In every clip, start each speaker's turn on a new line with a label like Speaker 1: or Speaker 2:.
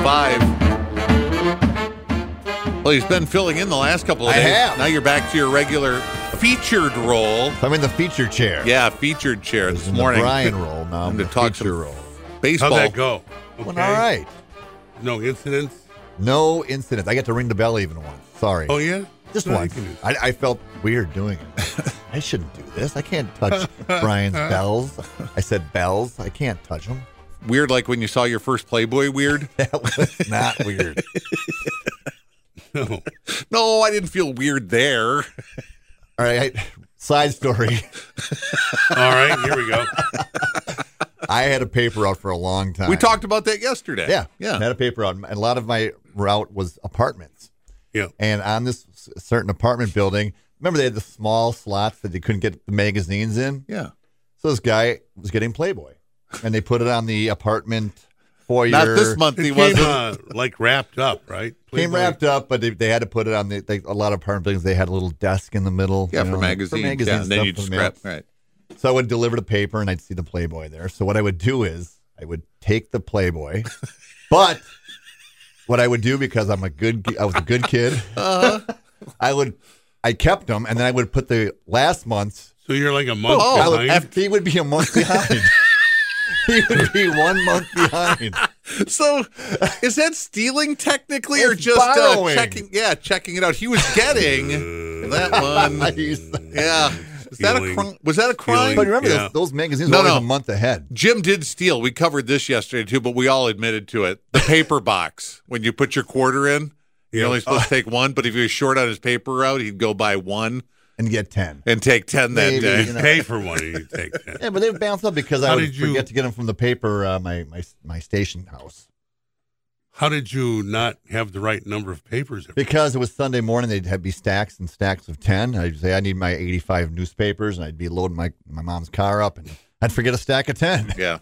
Speaker 1: live. oh Well, he's been filling in the last couple of
Speaker 2: I
Speaker 1: days.
Speaker 2: have.
Speaker 1: Now you're back to your regular featured role.
Speaker 2: I'm in the feature chair.
Speaker 1: Yeah, featured chair
Speaker 2: I was
Speaker 1: this
Speaker 2: in
Speaker 1: morning.
Speaker 2: the Brian roll. Now I'm
Speaker 1: And
Speaker 2: the
Speaker 1: to talk
Speaker 2: feature
Speaker 1: some
Speaker 2: roll.
Speaker 1: Baseball.
Speaker 3: How'd that go?
Speaker 2: Went all right.
Speaker 3: No incidents?
Speaker 2: No incidents. I got to ring the bell even once. Sorry.
Speaker 3: Oh, yeah?
Speaker 2: Just
Speaker 3: No, you
Speaker 2: once.
Speaker 3: can do-
Speaker 2: I, I felt weird doing it. I shouldn't do this. I can't touch Brian's bells. I said bells. I can't touch them.
Speaker 1: Weird like when you saw your first Playboy weird.
Speaker 2: That was not weird.
Speaker 3: No.
Speaker 1: no, I didn't feel weird there.
Speaker 2: All right. I- side story.
Speaker 3: All right, here we go.
Speaker 2: I had a paper out for a long time.
Speaker 1: We talked about that yesterday.
Speaker 2: Yeah,
Speaker 1: Yeah.
Speaker 2: Had a paper route, and a lot of my route was apartments.
Speaker 3: Yeah.
Speaker 2: And on this s- certain apartment building, remember they had the small slots that they couldn't get the magazines in.
Speaker 1: yeah.
Speaker 2: So this guy was getting Playboy, and they put it on the apartment foyer.
Speaker 1: Not this month he
Speaker 3: It
Speaker 1: wasn't.
Speaker 3: came, uh, like wrapped up, right?
Speaker 2: Came
Speaker 3: Playboy.
Speaker 2: wrapped up, but they, they had to put it on the. They, a lot of apartment buildings they had a little desk in the middle.
Speaker 1: yeah,
Speaker 2: you
Speaker 1: for
Speaker 2: know,
Speaker 1: magazines.
Speaker 2: For magazine
Speaker 1: yeah, and then
Speaker 2: stuff
Speaker 1: you
Speaker 2: for the
Speaker 1: just
Speaker 2: mail.
Speaker 1: grab. Right.
Speaker 2: So I would deliver the paper and I'd see the Playboy there. So what I would do is I would take the Playboy, but what I would do because I'm a good I was a good kid,
Speaker 3: Uh-huh.
Speaker 2: I would I kept them and then I would put the last month's.
Speaker 3: So you're like a month
Speaker 1: Oh,
Speaker 2: I
Speaker 1: I'll-
Speaker 2: would,
Speaker 3: behind?
Speaker 2: F- he would be a month behind. he would be one month behind.
Speaker 1: So, is that stealing technically, or
Speaker 2: It's
Speaker 1: just uh,
Speaker 2: borrowing.
Speaker 1: checking? Yeah, checking it out. He was getting that one. Yeah, is that a
Speaker 3: Stealing.
Speaker 1: cr- was that a crime?
Speaker 3: Stealing.
Speaker 2: But remember
Speaker 3: Yeah.
Speaker 2: those, those magazines
Speaker 1: No,
Speaker 2: were always
Speaker 1: no.
Speaker 2: a month ahead.
Speaker 1: Jim did steal. We covered this yesterday too, but we all admitted to it. The paper box when you put your quarter in, you're
Speaker 3: Yeah.
Speaker 1: only supposed to
Speaker 2: Oh.
Speaker 1: take one. But if he was short on his paper route, he'd go buy one
Speaker 2: And get ten.
Speaker 1: and take ten that
Speaker 2: Maybe,
Speaker 1: day.
Speaker 2: you know.
Speaker 3: Pay for one and you take that.
Speaker 2: Yeah, but they would bounce up because I
Speaker 3: How
Speaker 2: would
Speaker 3: did you-
Speaker 2: forget to get them from the paper uh, my, my my station house.
Speaker 3: How did you not have the right number of papers?
Speaker 2: Because it was Sunday morning, they'd have be stacks and stacks of ten. I'd say I need my eighty-five newspapers, and I'd be loading my, my mom's car up, and I'd forget a stack of ten.
Speaker 1: Yeah.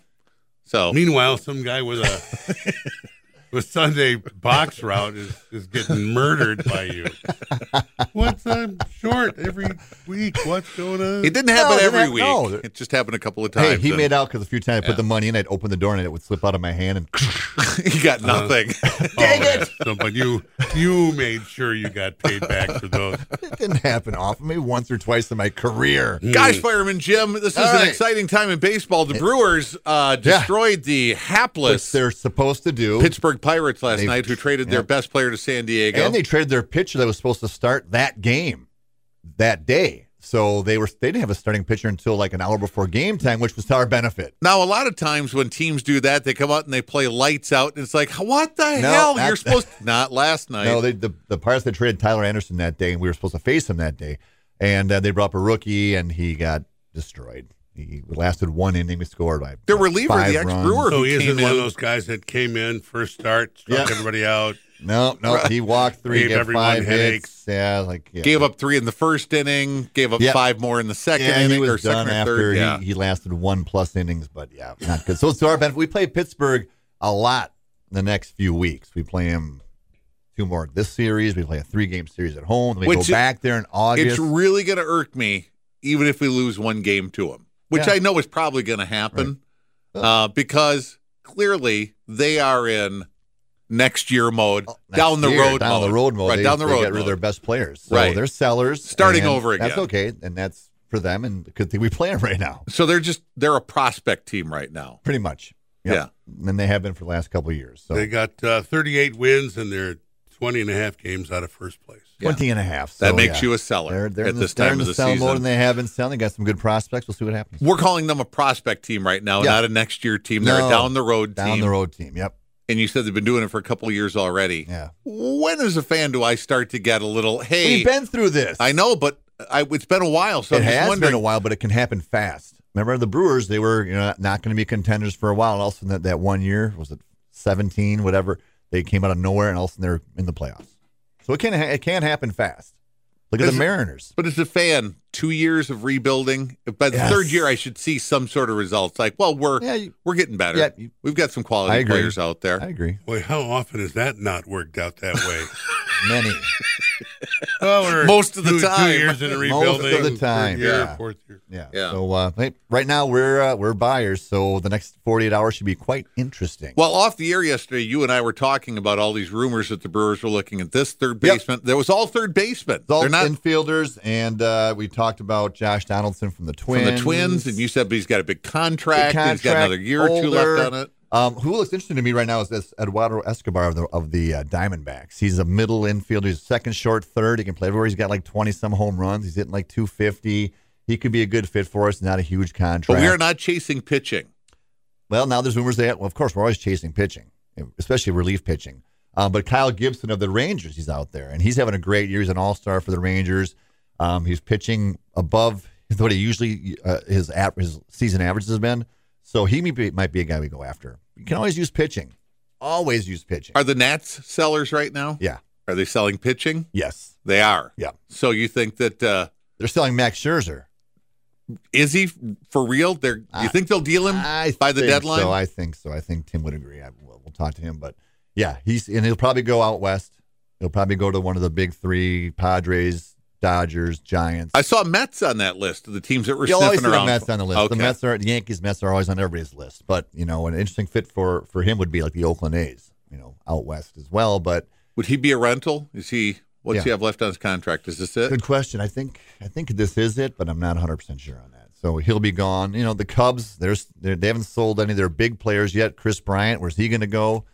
Speaker 1: So
Speaker 3: Meanwhile, some guy with a with Sunday box route is, is getting murdered by you. What's I'm short every week? What's going on?
Speaker 1: it didn't happen
Speaker 2: No, it didn't
Speaker 1: every
Speaker 2: hap-
Speaker 1: week.
Speaker 2: no.
Speaker 1: It just happened a couple of times.
Speaker 2: Hey, he
Speaker 1: and
Speaker 2: made out because a few times I
Speaker 1: Yeah. Oh,
Speaker 2: put the money in, I'd open the door, and it would slip out of my hand, and
Speaker 1: he
Speaker 2: Uh,
Speaker 1: got nothing.
Speaker 2: mm.
Speaker 3: Dang it! but you you made sure you got paid back for those.
Speaker 2: it didn't happen often, maybe once or twice in my career.
Speaker 1: Gosh, Fireman Jim, this is
Speaker 2: All
Speaker 1: an
Speaker 2: right.
Speaker 1: exciting time in baseball. The Brewers uh,
Speaker 2: Yeah.
Speaker 1: destroyed the
Speaker 2: Which
Speaker 1: hapless
Speaker 2: they're supposed to do,
Speaker 1: Pittsburgh Pirates last
Speaker 2: They-
Speaker 1: night, who traded
Speaker 2: yeah.
Speaker 1: their best player to San Diego.
Speaker 2: and they traded their pitcher that was supposed to start that game that day. So they were they didn't have a starting pitcher until like an hour before game time, which was to our benefit.
Speaker 1: now, a lot of times when teams do that, they come out and they play lights out, and it's like, what the
Speaker 2: No,
Speaker 1: hell?
Speaker 2: not-
Speaker 1: You're supposed not last night.
Speaker 2: No, they, the the Pirates they traded Tyler Anderson that day, and we were supposed to face him that day, and uh, they brought up a rookie, and he got destroyed. He lasted one inning. We scored by
Speaker 1: Their reliever,
Speaker 2: five
Speaker 1: the ex-Brewer.
Speaker 2: runs.
Speaker 3: So he
Speaker 1: Came
Speaker 3: isn't one
Speaker 1: in.
Speaker 3: of those guys that came in first start, struck
Speaker 2: Yeah.
Speaker 3: everybody out.
Speaker 2: No, no, he walked three,
Speaker 3: Gave
Speaker 2: gave
Speaker 3: everyone
Speaker 2: five
Speaker 3: headaches.
Speaker 2: hits. Yeah, like yeah.
Speaker 1: Gave up three in the first inning, gave up
Speaker 2: Yeah.
Speaker 1: five more in the second
Speaker 2: Yeah,
Speaker 1: inning,
Speaker 2: he
Speaker 1: or
Speaker 2: was
Speaker 1: second
Speaker 2: done
Speaker 1: or
Speaker 2: after
Speaker 1: third. yeah.
Speaker 2: he, he lasted one plus innings, but yeah, not good. So it's to our benefit. We play Pittsburgh a lot the next few weeks. We play him two more this series. We play a three game series at home. Then we
Speaker 1: Which-
Speaker 2: go back there in August.
Speaker 1: it's really going to irk me, even if we lose one game to them, which
Speaker 2: Yeah.
Speaker 1: I know is probably going to happen, uh, because clearly they are in next year mode,
Speaker 2: Oh, next
Speaker 1: down the
Speaker 2: year,
Speaker 1: road,
Speaker 2: down
Speaker 1: mode.
Speaker 2: the road mode.
Speaker 1: right
Speaker 2: They,
Speaker 1: down the
Speaker 2: they
Speaker 1: road.
Speaker 2: Get rid of their
Speaker 1: mode.
Speaker 2: best players. So
Speaker 1: Right.
Speaker 2: they're sellers.
Speaker 1: Starting
Speaker 2: and
Speaker 1: over
Speaker 2: That's
Speaker 1: again.
Speaker 2: okay, and that's for them. And the good thing we play 'em right now,
Speaker 1: So they're just they're a prospect team right now.
Speaker 2: pretty much. Yeah, and they have been for the last couple of years. So
Speaker 3: They got uh, 38 wins and they're 20 and a half games out of first place.
Speaker 1: yeah.
Speaker 2: 20 and a half. So,
Speaker 1: That makes
Speaker 2: yeah.
Speaker 1: you a seller
Speaker 2: They're, they're
Speaker 1: at
Speaker 2: in the,
Speaker 1: this
Speaker 2: they're
Speaker 1: time
Speaker 2: in
Speaker 1: of
Speaker 2: the
Speaker 1: the
Speaker 2: sell
Speaker 1: season.
Speaker 2: mode, and they haven't selling. They got some good prospects. We'll see what happens.
Speaker 1: We're calling them a prospect team right now,
Speaker 2: Yeah.
Speaker 1: not a next year team. They're a
Speaker 2: No.
Speaker 1: down the road
Speaker 2: Down
Speaker 1: team.
Speaker 2: the road team. Yep.
Speaker 1: And you said they've been doing it for a couple of years already.
Speaker 2: Yeah.
Speaker 1: When as a fan do I start to get a little hey?
Speaker 2: We've been through this.
Speaker 1: I know, but I, it's been a while, so
Speaker 2: it
Speaker 1: I'm just
Speaker 2: has
Speaker 1: wondering.
Speaker 2: been a while, but it can happen fast. Remember the Brewers? They were you know, not going to be contenders for a while. And all of a sudden, that, that one year was it seventeen, whatever? They came out of nowhere, and all of a sudden they're in the playoffs. So it can ha- it can happen fast. Look at
Speaker 1: Is
Speaker 2: the
Speaker 1: it-
Speaker 2: Mariners.
Speaker 1: but as a fan, two years of rebuilding. By the
Speaker 2: Yes.
Speaker 1: third year, I should see some sort of results. Like, well, we're
Speaker 2: Yeah, you-
Speaker 1: we're getting better.
Speaker 2: yeah, you-
Speaker 1: We've got some
Speaker 2: I
Speaker 1: quality
Speaker 2: agree.
Speaker 1: players out there.
Speaker 2: I agree.
Speaker 3: Boy, how often has that not worked out that way?
Speaker 2: Many.
Speaker 3: Oh, we're
Speaker 1: Most of the
Speaker 3: two-
Speaker 1: time.
Speaker 3: Two years in
Speaker 2: Most
Speaker 3: a
Speaker 2: of
Speaker 3: rebuilding.
Speaker 2: the time,
Speaker 3: Third year,
Speaker 1: yeah.
Speaker 3: fourth year.
Speaker 2: Yeah.
Speaker 1: Yeah.
Speaker 2: So uh, hey, right now we're uh, we're buyers, so the next 48 hours should be quite interesting.
Speaker 1: Well, off the air yesterday, you and I were talking about all these rumors that the Brewers were looking at this third
Speaker 2: Yep.
Speaker 1: baseman. There was all third baseman.
Speaker 2: It's all
Speaker 1: They're not
Speaker 2: infielders, and uh, we talked about Josh Donaldson from the Twins.
Speaker 1: from the Twins, and you said but he's got a big contract.
Speaker 2: Big
Speaker 1: he's got
Speaker 2: contract,
Speaker 1: another year or two
Speaker 2: older.
Speaker 1: left on it.
Speaker 2: Um, who looks interesting to me right now is this Eduardo Escobar of the of the uh, Diamondbacks. He's a middle infielder. He's second, short, third. He can play everywhere. He's got like 20 some home runs. He's hitting like 250. He could be a good fit for us. Not a huge contract.
Speaker 1: But we are not chasing pitching.
Speaker 2: Well, now there's rumors that, well, of course, we're always chasing pitching, especially relief pitching. Um, but Kyle Gibson of the Rangers, he's out there, and he's having a great year. He's an all star for the Rangers. Um, he's pitching above what he usually uh, his av- his season average has been. So he may be, might be a guy we go after. You can always use pitching. Always use pitching.
Speaker 1: Are the Nats sellers right now?
Speaker 2: Yeah.
Speaker 1: Are they selling pitching?
Speaker 2: Yes.
Speaker 1: They are.
Speaker 2: Yeah.
Speaker 1: So you think that uh,
Speaker 2: They're selling Max Scherzer.
Speaker 1: is he for real? They're
Speaker 2: I-
Speaker 1: you think they'll deal him
Speaker 2: I
Speaker 1: by the
Speaker 2: think
Speaker 1: deadline?
Speaker 2: So I think so. I think Tim would agree. I, we'll, we'll talk to him, but yeah, he's and he'll probably go out west. He'll probably go to one of the big three: Padres, Dodgers, Giants.
Speaker 1: I saw Mets on that list of the teams that were
Speaker 2: You'll always
Speaker 1: sniffing
Speaker 2: see the
Speaker 1: around.
Speaker 2: Mets on the list.
Speaker 1: Okay.
Speaker 2: The Mets are the Yankees. Mets are always on everybody's list. But you know, an interesting fit for for him would be like the Oakland A's. You know, out west as well. But
Speaker 1: Would he be a rental? Is he? What's
Speaker 2: Yeah.
Speaker 1: he have left on his contract? Is this it?
Speaker 2: Good question. I think I think this is it, but I'm not 100 percent sure on that. So he'll be gone. You know, the Cubs. There's they're- they haven't sold any of their big players yet. Chris Bryant, where's he going to go?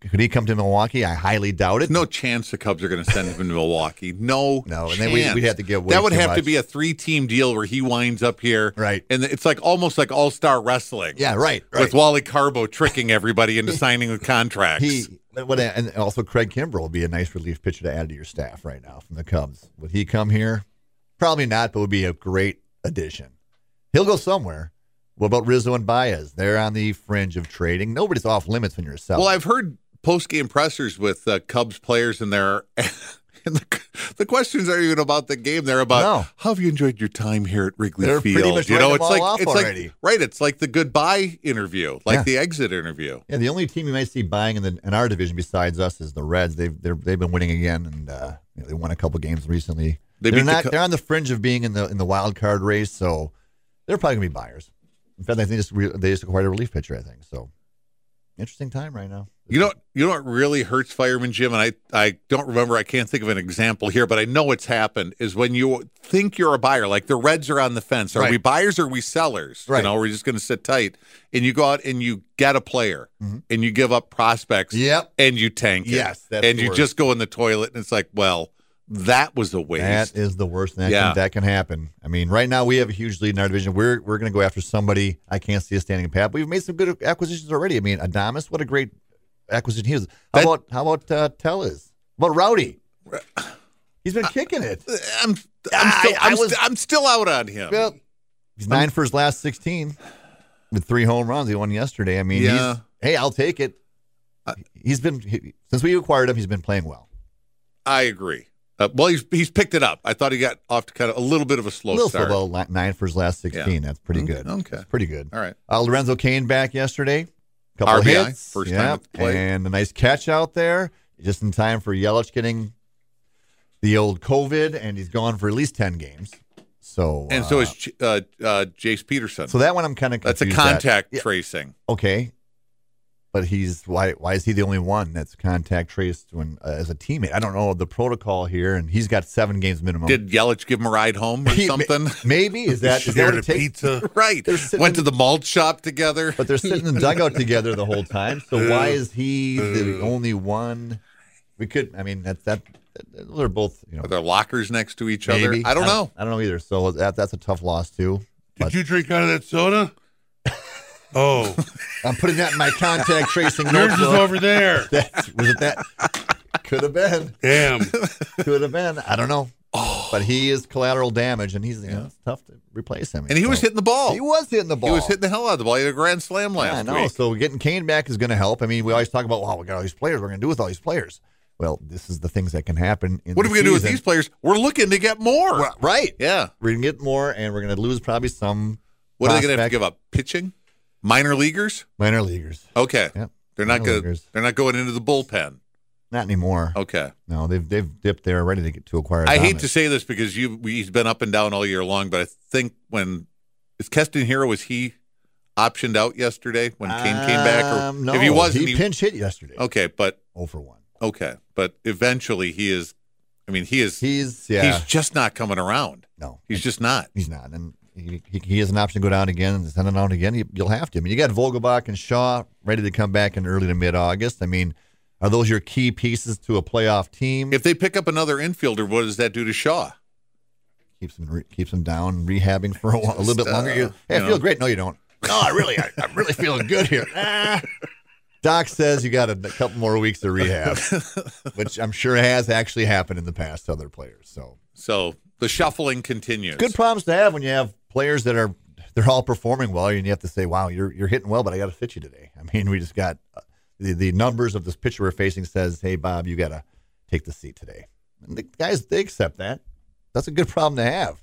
Speaker 2: Could he come to Milwaukee? I highly doubt it.
Speaker 1: No chance the Cubs are going to send him to Milwaukee. No,
Speaker 2: No, and then we-
Speaker 1: chance.
Speaker 2: we'd have to give way
Speaker 1: that would
Speaker 2: too
Speaker 1: have to
Speaker 2: much.
Speaker 1: be a three-team deal where he winds up here,
Speaker 2: Right.
Speaker 1: And it's like almost like all-star wrestling.
Speaker 2: Yeah. Right. Right.
Speaker 1: with Wally Carbo tricking everybody into signing the contracts.
Speaker 2: he. What, and also Craig Kimbrell would be a nice relief pitcher to add to your staff right now from the Cubs. Would he come here? Probably not, but would be a great addition. He'll go somewhere. What about Rizzo and Baez? They're on the fringe of trading. Nobody's off limits when you're a seller.
Speaker 1: well, I've heard post-game pressers with uh, Cubs players and their. And the, the questions aren't even about the game. They're about
Speaker 2: No.
Speaker 1: how have you enjoyed your time here at Wrigley
Speaker 2: They're
Speaker 1: Field.
Speaker 2: pretty much
Speaker 1: you know,
Speaker 2: writing
Speaker 1: it's
Speaker 2: them
Speaker 1: like
Speaker 2: all off
Speaker 1: it's
Speaker 2: already.
Speaker 1: like right. It's like the goodbye interview, like
Speaker 2: Yeah.
Speaker 1: the exit interview.
Speaker 2: Yeah, the only team you might see buying in, the, in our division besides us is the Reds. They've they're, they've been winning again, and uh, you know, they won a couple games recently.
Speaker 1: They
Speaker 2: They
Speaker 1: beat
Speaker 2: are
Speaker 1: the
Speaker 2: not
Speaker 1: Co-
Speaker 2: they're on the fringe of being in the in the wild card race, so they're probably gonna be buyers. In fact, I think just re- they just acquired a relief pitcher. I think so. Interesting time right now.
Speaker 1: You know, you know what really hurts fireman Jim, and I, I don't remember. I can't think of an example here, but I know it's happened. Is when you think you're a buyer, like the Reds are on the fence. Are
Speaker 2: Right.
Speaker 1: we buyers or are we sellers? You
Speaker 2: Right.
Speaker 1: know, we're just going to sit tight, and you go out and you get a player,
Speaker 2: Mhm.
Speaker 1: and you give up prospects,
Speaker 2: Yep.
Speaker 1: and you tank it.
Speaker 2: Yes, that's
Speaker 1: and
Speaker 2: the
Speaker 1: you
Speaker 2: word.
Speaker 1: just go in the toilet, and it's like, well, that was a waste.
Speaker 2: That is the worst thing that,
Speaker 1: Yeah.
Speaker 2: can, that can happen. I mean, right now we have a huge lead in our division. We're we're going to go after somebody. I can't see us standing in path. We've made some good acquisitions already. I mean, Adamas, what a great acquisition he was. How
Speaker 1: That-
Speaker 2: about how about uh, Tellez? What about Rowdy? He's been kicking it.
Speaker 1: I'm, I'm, still,
Speaker 2: I-
Speaker 1: I,
Speaker 2: I
Speaker 1: am
Speaker 2: was-
Speaker 1: st- I'm still out on him.
Speaker 2: Yep. He's nine for his last sixteen with three home runs. He won yesterday. I mean,
Speaker 1: Yeah.
Speaker 2: he's, hey, I'll take it. He's been he, since we acquired him. He's been playing well.
Speaker 1: I agree. Uh, well, he's he's picked it up. I thought he got off to kind of a little bit of a slow
Speaker 2: A little slow,
Speaker 1: start.
Speaker 2: well, li- nine for his last sixteen. That's pretty
Speaker 1: Okay,
Speaker 2: good.
Speaker 1: okay.
Speaker 2: That's pretty good.
Speaker 1: All right.
Speaker 2: Uh, Lorenzo Kane back yesterday. Couple of
Speaker 1: RBI,
Speaker 2: hits.
Speaker 1: first time at the plate.
Speaker 2: And a nice catch out there, just in time for Yelich getting the old COVID, and he's gone for at least ten games. So
Speaker 1: And
Speaker 2: uh,
Speaker 1: so is J- uh, uh, Jace Peterson.
Speaker 2: so that one I'm kind of
Speaker 1: that's a contact tracing.
Speaker 2: Okay, but he's why why is he the only one that's contact traced when uh, as a teammate? I don't know the protocol here, and he's got seven games minimum.
Speaker 1: Did Yelich give him a ride home or
Speaker 2: Um, He-
Speaker 1: something?
Speaker 2: maybe is that is that what
Speaker 3: Shared a
Speaker 2: it takes?
Speaker 3: pizza.
Speaker 1: right.
Speaker 2: They're sitting
Speaker 1: Went to
Speaker 2: in-
Speaker 1: the malt shop together.
Speaker 2: But they're sitting in the dugout together the whole time. So why is he the only one? We could. I mean, that that those are both. You know,
Speaker 1: Are there lockers next to each
Speaker 2: maybe.
Speaker 1: other? I don't know.
Speaker 2: I don't know either. So that that's a tough loss too.
Speaker 3: Did you drink out of that soda? Oh,
Speaker 2: I'm putting that in my contact tracing
Speaker 3: yours
Speaker 2: notes.
Speaker 3: is
Speaker 2: though.
Speaker 3: over there.
Speaker 2: That's, was it that? Could have been.
Speaker 3: Damn.
Speaker 2: Could have been. I don't know. But he is collateral damage, and he's you know, it's tough to replace him.
Speaker 1: And he was
Speaker 2: So-
Speaker 1: hitting the ball.
Speaker 2: He was hitting the ball.
Speaker 1: He was hitting the hell out of the ball. He had a grand slam
Speaker 2: Yeah, I
Speaker 1: last
Speaker 2: know.
Speaker 1: week.
Speaker 2: So getting Kane back is going to help. I mean, we always talk about, wow, we got all these players. We're going to do with all these players. Well, this is the things that can happen. In
Speaker 1: What are
Speaker 2: the
Speaker 1: we going to do with
Speaker 2: season.
Speaker 1: these players? We're looking to get more.
Speaker 2: Well, Right.
Speaker 1: Yeah.
Speaker 2: We're going to get more, and we're going to lose probably some
Speaker 1: What are they going to have
Speaker 2: Prospect.
Speaker 1: to give up? Pitching? Minor leaguers?
Speaker 2: minor leaguers.
Speaker 1: Okay.
Speaker 2: Yep.
Speaker 1: They're not going
Speaker 2: Minor
Speaker 1: to
Speaker 2: leaguers.
Speaker 1: they're not going into the bullpen.
Speaker 2: Not anymore.
Speaker 1: Okay.
Speaker 2: No, they've they've dipped there, ready to get to acquire.
Speaker 1: Oh. I hate
Speaker 2: Adames.
Speaker 1: to say this because you we- he's been up and down all year long, but I think when is Keston Hero was he optioned out yesterday when Kane came back or
Speaker 2: Um, no,
Speaker 1: if he wasn't
Speaker 2: he
Speaker 1: he-
Speaker 2: pinch hit yesterday.
Speaker 1: okay, but
Speaker 2: Oh for one.
Speaker 1: okay, but eventually he is I mean he is
Speaker 2: He's yeah.
Speaker 1: he's just not coming around.
Speaker 2: no,
Speaker 1: He's just not.
Speaker 2: he's not, and he, he, he has an option to go down again and send him out again. You, you'll have to. I mean, you got Vogelbach and Shaw ready to come back in early to mid August. I mean, are those your key pieces to a playoff team?
Speaker 1: If they pick up another infielder, what does that do to Shaw?
Speaker 2: keeps him re- keeps him down, rehabbing for a, while, a little bit
Speaker 1: Just,
Speaker 2: longer.
Speaker 1: uh,
Speaker 2: You- hey,
Speaker 1: you
Speaker 2: I feel
Speaker 1: know.
Speaker 2: great. No, you don't. No, I really, I, I'm really feeling good here. Ah. Doc says you got a, a couple more weeks of rehab, which I'm sure has actually happened in the past to other players. So
Speaker 1: So the shuffling continues.
Speaker 2: good problems to have when you have players that are they're all performing well, and you have to say, "Wow, you're you're hitting well," but I got to fit you today. I mean, we just got uh, the the numbers of this pitcher we're facing says, "Hey, Bob, you got to take the seat today." And the guys they accept that. That's a good problem to have.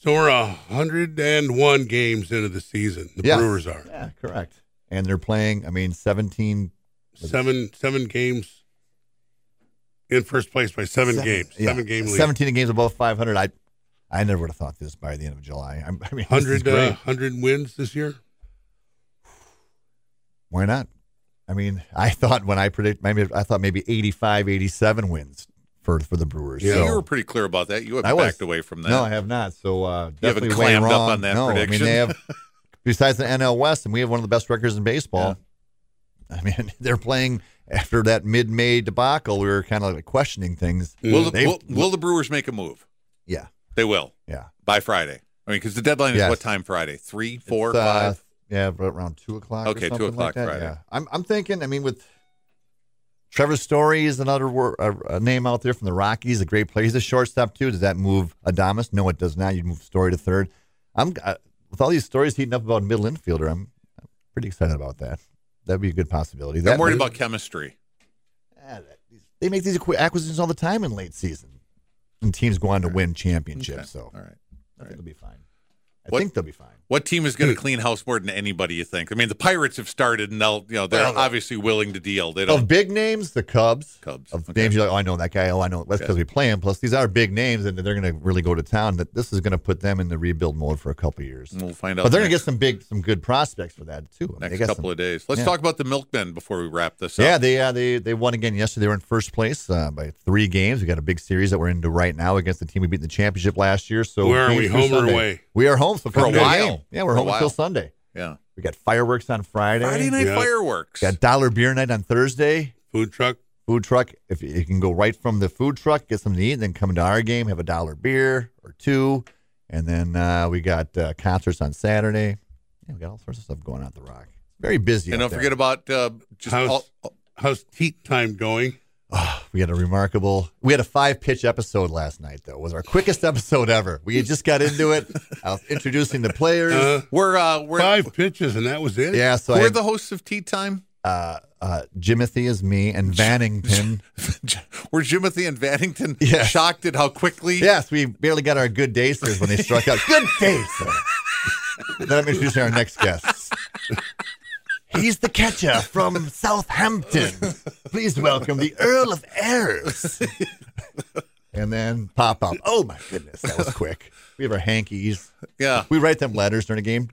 Speaker 3: So we're a hundred and one games into the season. The
Speaker 2: Yeah.
Speaker 3: Brewers are
Speaker 2: Yeah, correct. And they're playing, I mean, 17.
Speaker 3: seven seven games in first place by seven, games.
Speaker 2: yeah,
Speaker 3: seven game lead.
Speaker 2: 17 games above 500. I I never would have thought this by the end of July. I'm, I mean, this is
Speaker 3: 100, uh,
Speaker 2: great.
Speaker 3: 100 wins this year.
Speaker 2: Why not? I mean, I thought when I predict, maybe I thought maybe 85, 87 wins for for the Brewers.
Speaker 3: Yeah.
Speaker 1: So you
Speaker 2: So-
Speaker 1: were pretty clear about that. You have
Speaker 2: I was.
Speaker 1: backed away from that.
Speaker 2: No, I have not. So uh,
Speaker 1: You haven't
Speaker 2: definitely way
Speaker 1: clammed up
Speaker 2: wrong.
Speaker 1: on that
Speaker 2: no,
Speaker 1: prediction.
Speaker 2: I mean, they have besides the NL West, and we have one of the best records in baseball. I mean, they're playing after that mid-May debacle. We were kind of like questioning things.
Speaker 1: will, the,
Speaker 2: They've-
Speaker 1: will, will the Brewers make a move?
Speaker 2: Mm. Yeah,
Speaker 1: They will
Speaker 2: yeah.
Speaker 1: by Friday. I mean, because the deadline is
Speaker 2: Yes.
Speaker 1: what time Friday? Three, four,
Speaker 2: It's, uh,
Speaker 1: five.
Speaker 2: yeah, about around two o'clock. or
Speaker 1: Okay, two
Speaker 2: something
Speaker 1: o'clock
Speaker 2: like that.
Speaker 1: Friday.
Speaker 2: Yeah, I'm, I'm thinking. I mean, with Trevor Story is another wor- uh, a, a name out there from the Rockies, a great player. He's a shortstop too. Does that move Adamas? No, it does not. You move Story to third. I'm uh, with all these stories heating up about middle infielder. I'm, I'm pretty excited about that. That'd be a good possibility. That
Speaker 1: I'm worried
Speaker 2: move-
Speaker 1: about chemistry.
Speaker 2: Ah, that- they make these acqui- acquisitions all the time in late season, and teams go on to win championships.
Speaker 1: Okay.
Speaker 2: So
Speaker 1: All right.
Speaker 2: I think they'll be fine. I
Speaker 1: What-
Speaker 2: think they'll be fine.
Speaker 1: What team is
Speaker 2: Hmm.
Speaker 1: going to clean house more than anybody? You think? I mean, the Pirates have started, and they'll you know they're
Speaker 2: Well,
Speaker 1: obviously willing to deal. They don't.
Speaker 2: Of big names, the Cubs.
Speaker 1: Cubs.
Speaker 2: Of
Speaker 1: Okay.
Speaker 2: names you're like, oh, I know that guy. Oh, I know. That's
Speaker 1: Okay.
Speaker 2: because we play him. Plus, these are big names, and they're going to really go to town. That this is going to put them in the rebuild mode for a couple years.
Speaker 1: We'll find out.
Speaker 2: But they're going to get
Speaker 1: next,
Speaker 2: some big, some good prospects for that too. I mean, they
Speaker 1: Mm, next
Speaker 2: got
Speaker 1: couple
Speaker 2: some-
Speaker 1: of days. Let's
Speaker 2: yeah.
Speaker 1: talk about the Milkmen before we wrap this up.
Speaker 2: yeah, they uh, they they won again yesterday. They were in first place uh, by three games. We got a big series that we're into right now against the team we beat in the championship last year. So
Speaker 3: Where are
Speaker 2: games
Speaker 3: we,
Speaker 2: through
Speaker 3: home or
Speaker 2: Sunday.
Speaker 3: away?
Speaker 2: We are home so
Speaker 1: For a
Speaker 2: come to
Speaker 1: while.
Speaker 2: game. Yeah,
Speaker 1: For
Speaker 2: we're
Speaker 1: a
Speaker 2: home until
Speaker 1: while.
Speaker 2: Sunday.
Speaker 1: Yeah.
Speaker 2: We got fireworks on Friday.
Speaker 1: Friday night
Speaker 3: Yeah.
Speaker 1: fireworks.
Speaker 2: Got dollar beer night on Thursday.
Speaker 3: Food truck.
Speaker 2: food truck. If you can go right from the food truck, get something to eat, and then come to our game, have a dollar beer or two, and then uh, we got uh, concerts on Saturday. Yeah, we got all sorts of stuff going on at the Rock. Very busy.
Speaker 1: and
Speaker 2: out
Speaker 1: don't
Speaker 2: there.
Speaker 1: forget about uh, just
Speaker 3: How's-
Speaker 1: all,
Speaker 3: How's teat time going?
Speaker 2: Ah, we had a remarkable. We had a five pitch episode last night. Though it was our quickest episode ever. We had just got into it. I was introducing the players.
Speaker 3: Uh,
Speaker 1: we're uh, we're
Speaker 3: five pitches and that was it.
Speaker 2: yeah, so
Speaker 1: we're
Speaker 2: I had,
Speaker 1: the hosts of Tea Time.
Speaker 2: uh, uh, Jimothy is me and Vannington.
Speaker 1: Were Jimothy and Vannington
Speaker 2: Yeah.
Speaker 1: shocked at how quickly?
Speaker 2: Yes, we barely got our good day sirs when they struck out. Good day, sir. then I'm introducing our next guest. He's the catcher from Southampton. Please welcome the Earl of Ayers. and then pop up. Oh my goodness, that was quick. We have our hankies.
Speaker 1: Yeah.
Speaker 2: We write them letters during a game.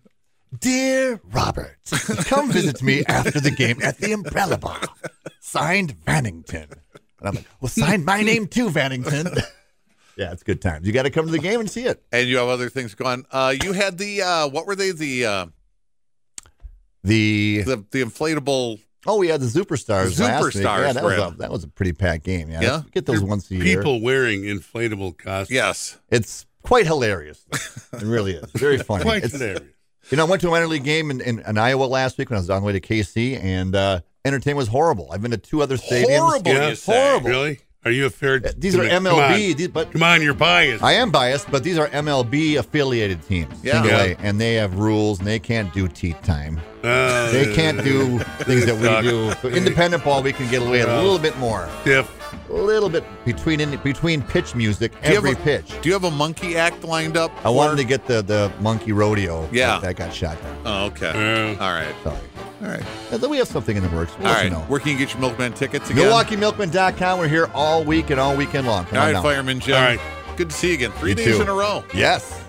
Speaker 2: Dear Robert, come visit me after the game at the Umbrella Bar. Signed Vannington. And I'm like, well, sign my name too, Vannington. yeah, it's good times. You got to come to the game and see it.
Speaker 1: And you have other things going. Uh, you had the uh, what were they? The uh,
Speaker 2: The
Speaker 1: the the inflatable.
Speaker 2: oh, we had the superstars. last
Speaker 1: Superstars
Speaker 2: week. Yeah, that was
Speaker 1: were in.
Speaker 2: a, that was a pretty packed game. Yeah,
Speaker 1: Yeah?
Speaker 2: Let's get those
Speaker 3: They're
Speaker 2: once a year.
Speaker 3: People wearing inflatable costumes.
Speaker 1: Yes.
Speaker 2: It's quite hilarious. It really is. Very funny.
Speaker 3: Quite
Speaker 2: It's-
Speaker 3: hilarious.
Speaker 2: You know, I went to a minor league game in, in, in Iowa last week when I was on the way to KC, and uh, entertainment was horrible. I've been to two other stadiums.
Speaker 1: Horrible,
Speaker 3: Yeah.
Speaker 1: you say.
Speaker 2: Horrible.
Speaker 3: Really? Are you a fair?
Speaker 2: Uh, These are
Speaker 3: Come on.
Speaker 2: MLB, these, but
Speaker 3: Come on, you're biased.
Speaker 2: I am biased. But these are MLB affiliated teams,
Speaker 1: Yeah.
Speaker 2: single
Speaker 3: Yeah.
Speaker 2: A, and they have rules, and they can't do teat time.
Speaker 3: Uh,
Speaker 2: They can't do things that we
Speaker 3: Suck.
Speaker 2: do. So independent ball, we can get away a
Speaker 3: Yeah.
Speaker 2: little bit more.
Speaker 3: stiff.
Speaker 2: a little bit between in, between pitch music
Speaker 1: Do you have
Speaker 2: every
Speaker 1: a-
Speaker 2: pitch.
Speaker 1: Do you have a monkey act lined up?
Speaker 2: I wanted
Speaker 1: for-
Speaker 2: to get the the monkey rodeo.
Speaker 1: Yeah.
Speaker 2: but that got shot down.
Speaker 1: Oh, okay.
Speaker 3: Uh,
Speaker 1: All right.
Speaker 2: Sorry.
Speaker 1: All right.
Speaker 2: And then we have something in the works. We'll
Speaker 1: all
Speaker 2: let
Speaker 1: right.
Speaker 2: you know.
Speaker 1: Where can you get your Milkman tickets again?
Speaker 2: MilwaukeeMilkman.com. We're here all week and all weekend long. Come
Speaker 1: All
Speaker 2: on
Speaker 1: right,
Speaker 2: down.
Speaker 1: Fireman Jim.
Speaker 3: all right.
Speaker 1: Good to see you again. Three
Speaker 2: You
Speaker 1: days
Speaker 2: too.
Speaker 1: in a row.
Speaker 2: Yes.